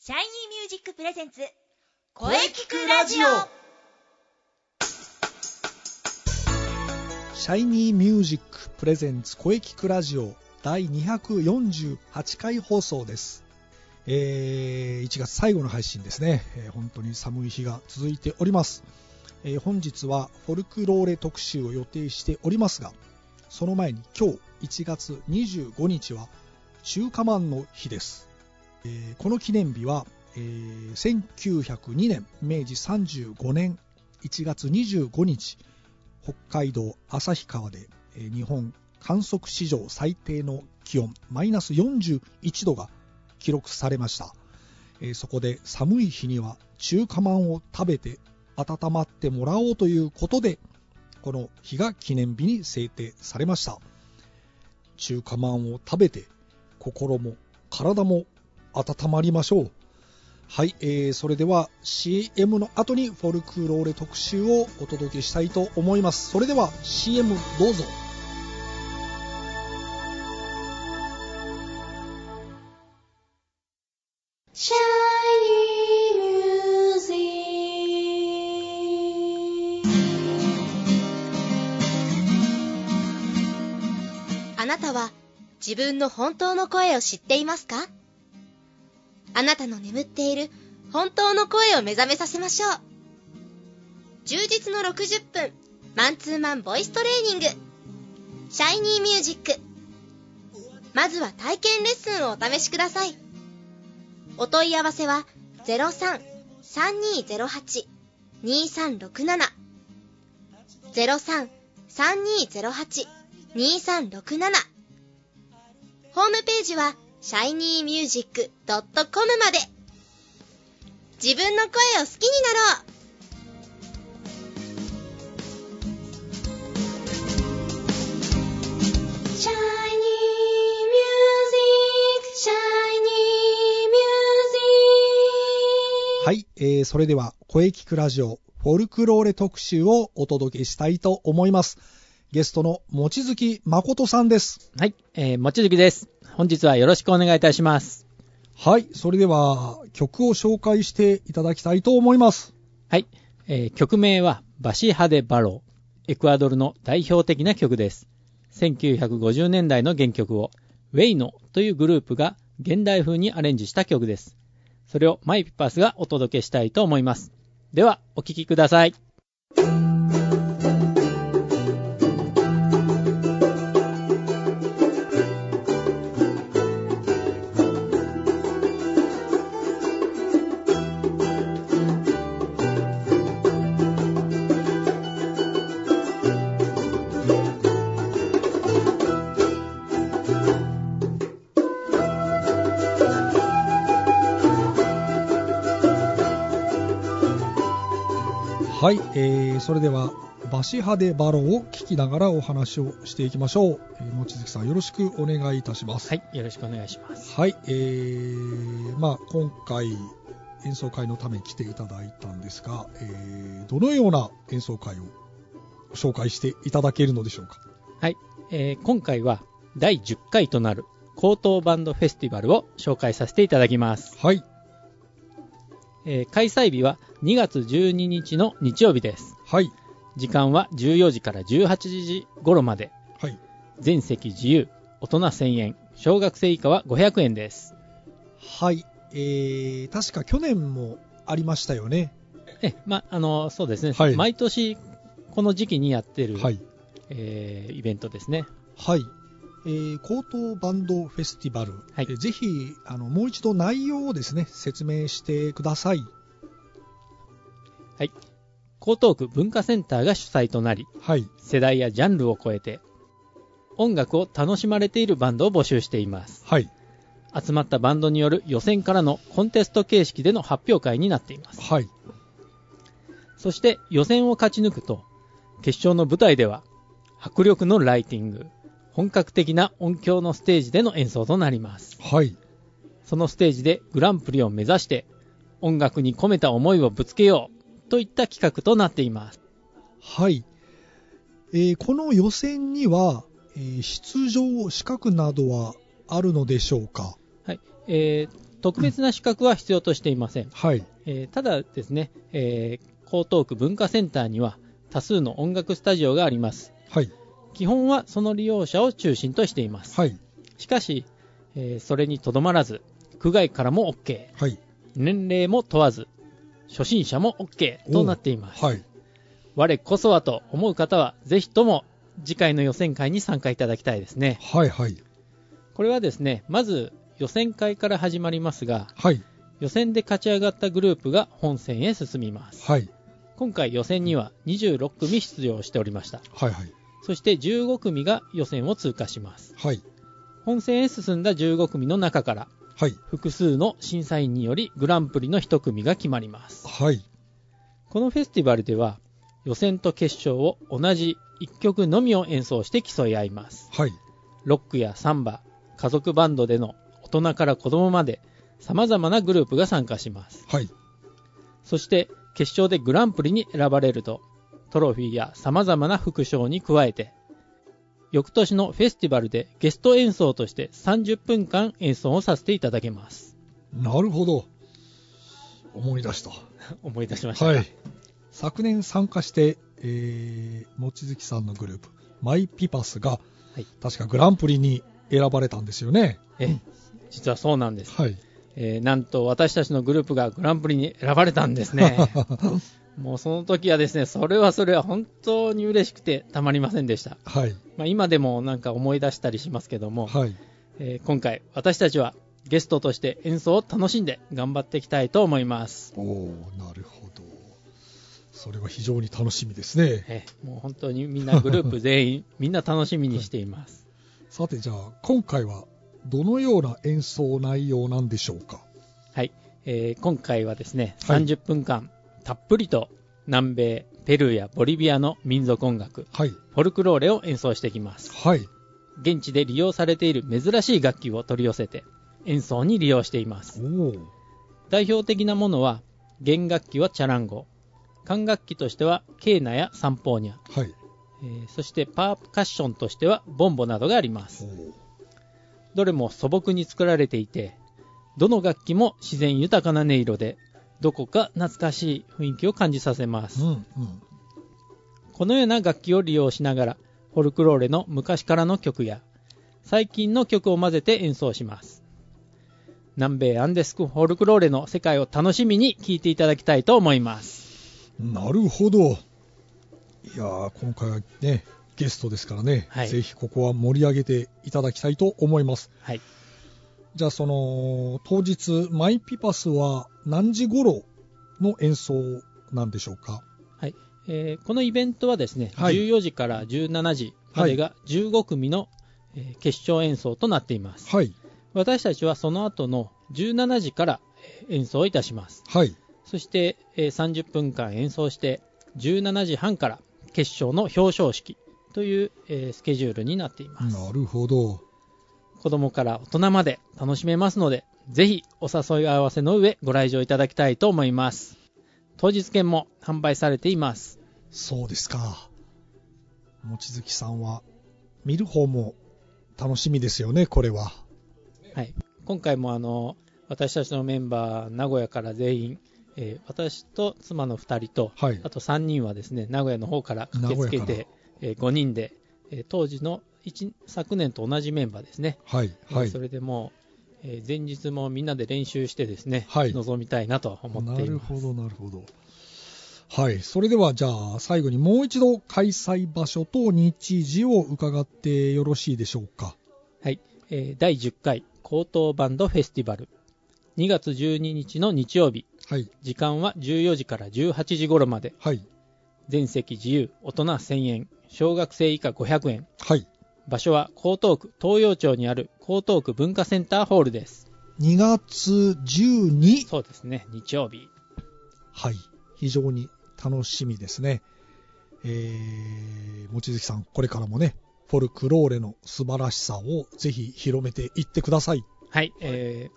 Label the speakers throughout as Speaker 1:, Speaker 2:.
Speaker 1: シャイニーミュージックプレゼンツ
Speaker 2: 声聞くラジオ
Speaker 3: シャイニーミュージックプレゼンツ声聞くラジオ第248回放送です。えー1月最後の配信ですね、えー本当に寒い日が続いております。えー本日はフォルクローレ特集を予定しておりますが、その前に今日1月25日は中華まんの日です。えーこの記念日は、えー1902年、明治35年1月25日、北海道旭川でえー日本観測史上最低の気温マイナス41度が記録されましたえーそこで寒い日には中華まんを食べて温まってもらおうということでこの日が記念日に制定されました中華まんを食べて心も体も温まりましょうはい、えーそれでは CM の後にフォルクローレ特集をお届けしたいと思いますそれでは CM どうぞ
Speaker 1: シャイニーミュージックあなたは自分の本当の声を知っていますかあなたの眠っている本当の声を目覚めさせましょう充実の60分マンツーマンボイストレーニングシャイニーミュージックまずは体験レッスンをお試しくださいお問い合わせは03-3208-2367 03-3208-2367ホームページは shinymusic.com まで自分の声を好きになろうシャイニーミュージック、シャイニーミュージック。
Speaker 3: はい、えーそれでは声聞くラジオフォルクローレ特集をお届けしたいと思いますゲストの望月誠さんです
Speaker 2: はい、えー、もちづきです。本日はよろしくお願いいたします。
Speaker 3: はいそれでは曲を紹介していただきたいと思います
Speaker 2: はい、えー曲名はバシハデ・バロー。エクアドルの代表的な曲です。1950年代の原曲を、ウェイノというグループが現代風にアレンジした曲です。それをマイピパスがお届けしたいと思います。では、お聴きください。
Speaker 3: はい、えーそれではバシハデバロを聞きながらお話をしていきましょう、えー、望月さんよろしくお願いいたします
Speaker 2: はい、よろしくお願いします。
Speaker 3: はい、えーまあ、今回演奏会のために来ていただいたんですが、えーどのような演奏会を紹介していただけるのでしょうか
Speaker 2: はい、えー今回は第10回となる高等バンドフェスティバルを紹介させていただきます。
Speaker 3: はい
Speaker 2: えー開催日は2月12日の日曜日です。
Speaker 3: はい
Speaker 2: 時間は14時から18時頃まで。
Speaker 3: はい
Speaker 2: 全席自由。大人1000円。小学生以下は500円です。
Speaker 3: はい、えー確か去年もありましたよね
Speaker 2: え、ま、あの、そうですね。
Speaker 3: はい
Speaker 2: 毎年、この時期にやってる、
Speaker 3: はい
Speaker 2: えーイベントですね。
Speaker 3: はい、えー、高等バンドフェスティバル、
Speaker 2: はい
Speaker 3: えーぜひあのもう一度内容をですね説明してください
Speaker 2: はい。江東区文化センターが主催となり、
Speaker 3: はい
Speaker 2: 世代やジャンルを超えて、音楽を楽しまれているバンドを募集しています。
Speaker 3: はい
Speaker 2: 集まったバンドによる予選からのコンテスト形式での発表会になっています。
Speaker 3: はい
Speaker 2: そして予選を勝ち抜くと、決勝の舞台では、迫力のライティング、本格的な音響のステージでの演奏となります。
Speaker 3: はい
Speaker 2: そのステージでグランプリを目指して、音楽に込めた思いをぶつけようといった企画となっています。
Speaker 3: はい、えーこの予選には、えー出場資格などはあるのでしょうか
Speaker 2: はい。えー特別な資格は必要としていません、
Speaker 3: はい。
Speaker 2: えーただですね、えー江東区文化センターには多数の音楽スタジオがあります
Speaker 3: はい。
Speaker 2: 基本はその利用者を中心としています、
Speaker 3: はい。
Speaker 2: しかし、えーそれにとどまらず区外からも OK
Speaker 3: はい。
Speaker 2: 年齢も問わず初心者も OK となっています、
Speaker 3: はい。
Speaker 2: 我こそはと思う方はぜひとも次回の予選会に参加いただきたいですね
Speaker 3: はい。はい。
Speaker 2: これはですねまず予選会から始まりますが
Speaker 3: はい。
Speaker 2: 予選で勝ち上がったグループが本戦へ進みます
Speaker 3: はい。
Speaker 2: 今回予選には26組出場しておりました
Speaker 3: はい。はい。
Speaker 2: そして15組が予選を通過します
Speaker 3: はい。
Speaker 2: 本戦へ進んだ15組の中から
Speaker 3: はい。
Speaker 2: 複数の審査員によりグランプリの1組が決まります
Speaker 3: はい。
Speaker 2: このフェスティバルでは予選と決勝を同じ1曲のみを演奏して競い合います
Speaker 3: はい。
Speaker 2: ロックやサンバ家族バンドでの大人から子供まで様々なグループが参加します
Speaker 3: はい。
Speaker 2: そして決勝でグランプリに選ばれるとトロフィーや様々な副賞に加えて翌年のフェスティバルでゲスト演奏として30分間演奏をさせていただけます
Speaker 3: なるほど。思い出した。
Speaker 2: 思い出しましたか
Speaker 3: はい。昨年参加して、えー、望月さんのグループ、マイピパスが、
Speaker 2: はい
Speaker 3: 確かグランプリに選ばれたんですよね。
Speaker 2: え実はそうなんです
Speaker 3: はい。
Speaker 2: えーなんと私たちのグループがグランプリに選ばれたんですね もうその時はですねそれはそれは本当に嬉しくてたまりませんでした、
Speaker 3: はい。
Speaker 2: まあ、今でもなんか思い出したりしますけども、
Speaker 3: はい。
Speaker 2: えー今回私たちはゲストとして演奏を楽しんで頑張っていきたいと思います、
Speaker 3: おおなるほど。それは非常に楽しみですね。
Speaker 2: えーもう本当にみんなグループ全員みんな楽しみにしています、
Speaker 3: さてじゃあ今回はどのような演奏内容なんでしょうか
Speaker 2: はいえー今回はですね
Speaker 3: はい
Speaker 2: 30分間たっぷりと南米ペルーやボリビアの民族音楽
Speaker 3: はい
Speaker 2: フォルクローレを演奏してきます
Speaker 3: はい
Speaker 2: 現地で利用されている珍しい楽器を取り寄せて演奏に利用しています
Speaker 3: おお
Speaker 2: 代表的なものは弦楽器はチャランゴ管楽器としてはケーナやサンポーニャ、
Speaker 3: はい
Speaker 2: えーそしてパーカッションとしてはボンボなどがありますどれも素朴に作られていてどの楽器も自然豊かな音色でどこか懐かしい雰囲気を感じさせます
Speaker 3: うんうん
Speaker 2: このような楽器を利用しながらフォルクローレの昔からの曲や最近の曲を混ぜて演奏します南米アンデスクフォルクローレの世界を楽しみに聴いていただきたいと思います
Speaker 3: なるほどいやー今回はねゲストですからね、
Speaker 2: はい
Speaker 3: ぜひここは盛り上げていただきたいと思います
Speaker 2: はい
Speaker 3: じゃあその当日マイピパスは何時頃の演奏なんでしょうか
Speaker 2: はい、えーこのイベントはですね、
Speaker 3: はい
Speaker 2: 14時から17時までが15組の、えー決勝演奏となっています
Speaker 3: はい
Speaker 2: 私たちはその後の17時からえー演奏いたします
Speaker 3: はい
Speaker 2: そして、えー30分間演奏して17時半から決勝の表彰式という、えースケジュールになっています
Speaker 3: なるほど
Speaker 2: 子供から大人まで楽しめますのでぜひお誘い合わせの上ご来場いただきたいと思います当日券も販売されています
Speaker 3: そうですか。望月さんは、見る方も楽しみですよね、これは。
Speaker 2: はい、今回もあの私たちのメンバー名古屋から全員、えー私と妻の2人と、
Speaker 3: はい
Speaker 2: あと3人はですね名古屋の方から駆けつけ
Speaker 3: 名古屋
Speaker 2: て、え5人で、えー当時の一昨年と同じメンバーですね、
Speaker 3: はい、
Speaker 2: えー
Speaker 3: はい
Speaker 2: そ。れでもう、えー前日もみんなで練習してですね、
Speaker 3: はい
Speaker 2: 臨みたいなと思っ
Speaker 3: な
Speaker 2: てい
Speaker 3: る
Speaker 2: ます
Speaker 3: ほど、なるほど。はい。それでは、じゃあ、最後にもう一度、開催場所と日時を伺ってよろしいでしょうか。
Speaker 2: はい、えー第10回高等バンドフェスティバル2月12日の日曜日
Speaker 3: はい、
Speaker 2: 時間は14時から18時頃まで
Speaker 3: はい、
Speaker 2: 全席自由大人1000円小学生以下500円
Speaker 3: はい。
Speaker 2: 場所は江東区東洋町にある江東区文化センターホールです
Speaker 3: 2月12。
Speaker 2: そうですね日曜日
Speaker 3: はい。非常に楽しみですね。えー、望月さん、これからもね、フォルクローレの素晴らしさをぜひ広めていってください。
Speaker 2: はい、え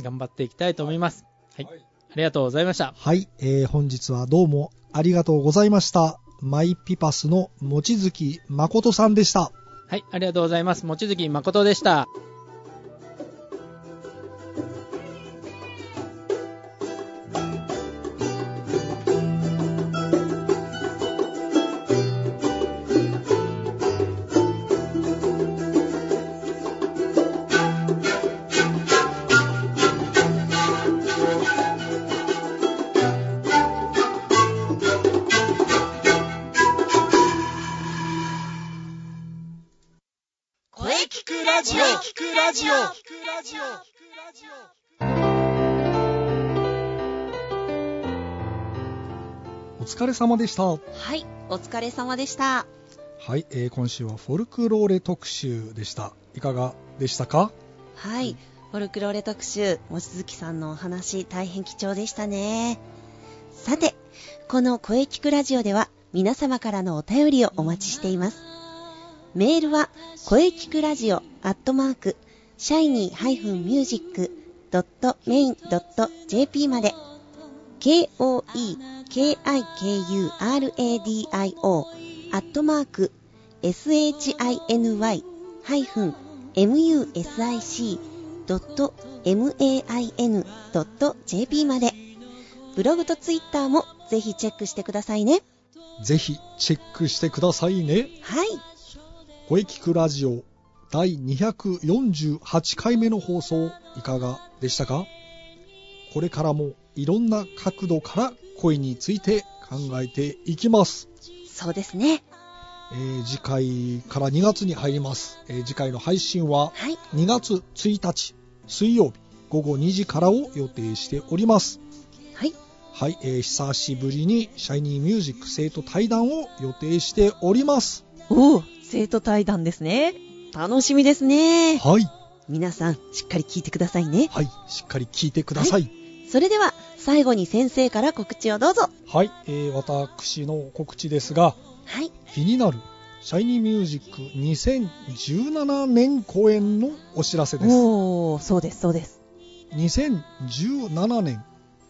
Speaker 2: ー頑張っていきたいと思いますはい、
Speaker 3: はい
Speaker 2: ありがとうございました
Speaker 3: はい、えー本日はどうもありがとうございました。マイピパスの望月誠さんでした。
Speaker 2: はいありがとうございます望月誠でした
Speaker 3: くラジオお疲れ様でしたは
Speaker 4: はい、お疲れ様でした。
Speaker 3: い、えー今週はフォルクローレ特集でしたいかがでしたか
Speaker 4: はい、フォルクローレ特集、望月さんのお話、大変貴重でしたね。さて、この声聞くラジオでは、皆様からのお便りをお待ちしています。メールは、声聞くラジオアットマーク、シャイニー -music.main.jp まで、k-o-e-k-i-k-u-r-a-d-i-o アットマーク、shiny-music.main.jp まで、ブログとツイッターもぜひチェックしてくださいね。
Speaker 3: ぜひチェックしてくださいね
Speaker 4: はい。
Speaker 3: 声聞くラジオ第248回目の放送いかがでしたかこれからもいろんな角度から声について考えていきます、
Speaker 4: そうですね。
Speaker 3: えー次回から2月に入ります、えー次回の配信は
Speaker 4: はい。
Speaker 3: 2月1日水曜日午後2時からを予定しております
Speaker 4: はい。
Speaker 3: はい、えー久しぶりにシャイニーミュージック生徒対談を予定しております
Speaker 4: おお、生徒対談ですね。楽しみですね。
Speaker 3: はい
Speaker 4: 皆さん、しっかり聞いてくださいね。
Speaker 3: はいしっかり聞いてください
Speaker 4: それでは、最後に先生から告知をどうぞ。
Speaker 3: はい、えー私の告知ですが
Speaker 4: はい。
Speaker 3: 気になるシャイニーミュージック2017年公演のお知らせです
Speaker 4: おお、そうです、そうです。
Speaker 3: 2017年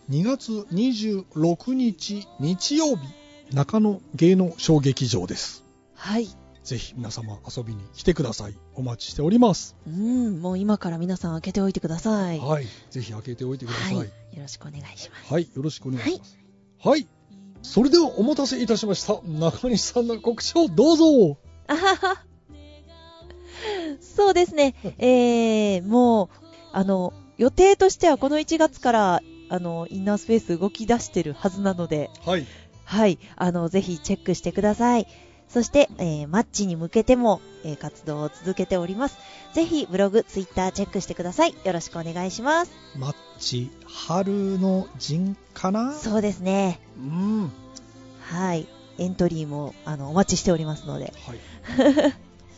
Speaker 3: 2月26日日曜日中野芸能小劇場です
Speaker 4: はい。
Speaker 3: ぜひ皆様遊びに来てくださいお待ちしております
Speaker 4: うん、もう今から皆さん開けておいてください。は
Speaker 3: はい、ぜひ開けておいて
Speaker 4: い。
Speaker 3: くださいはい、
Speaker 4: よろしくお願いします。
Speaker 3: よろしくお願いしますはい、それではお待たせいたしました中西さんの告知をどうぞ
Speaker 4: あはは。 そうですね。えー、もう、あの、予定としてはこの1月から、あの、インナースペース動き出してるはずなので、
Speaker 3: はい
Speaker 4: はい、あの、ぜひチェックしてください。そして、えーマッチに向けても、えー活動を続けております。ぜひ、ブログ、ツイッターチェックしてください。よろしくお願いします。
Speaker 3: マッチ春の陣かな
Speaker 4: そうですね。
Speaker 3: うんは
Speaker 4: はい。エントリーも、あの、お待ちしておりますので。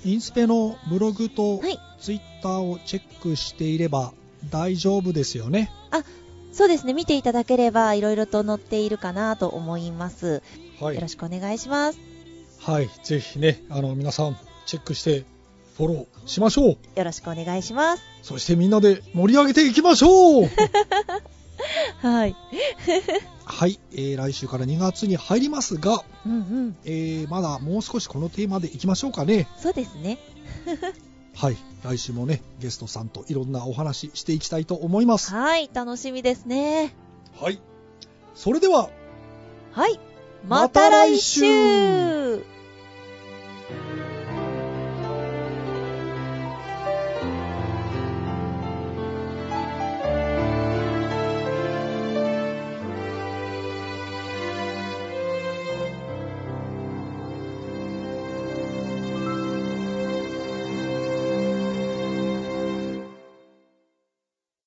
Speaker 3: い インスペのブログと
Speaker 4: はい
Speaker 3: ツイッターをチェックしていれば大丈夫ですよね
Speaker 4: そうですね。見ていただければ、いろいろと載っているかなと思います。
Speaker 3: は
Speaker 4: よろ
Speaker 3: い、
Speaker 4: しくお願いします。
Speaker 3: はい、ぜひねあの皆さんチェックしてフォローしましょう
Speaker 4: よろしくお願いします。
Speaker 3: そしてみんなで盛り上げていきまし ょう
Speaker 4: はい。
Speaker 3: はい、えー来週から2月に入りますが、
Speaker 4: うんうん。
Speaker 3: えーまだもう少しこのテーマでいきましょうかね
Speaker 4: そうですね。
Speaker 3: はい来週もねゲストさんといろんなお話ししていきたいと思います
Speaker 4: はい。楽しみですね。
Speaker 3: はい。それでは、
Speaker 4: はい。
Speaker 3: ま
Speaker 4: ま
Speaker 3: た
Speaker 4: た
Speaker 3: 来
Speaker 4: 来
Speaker 3: 週
Speaker 4: 週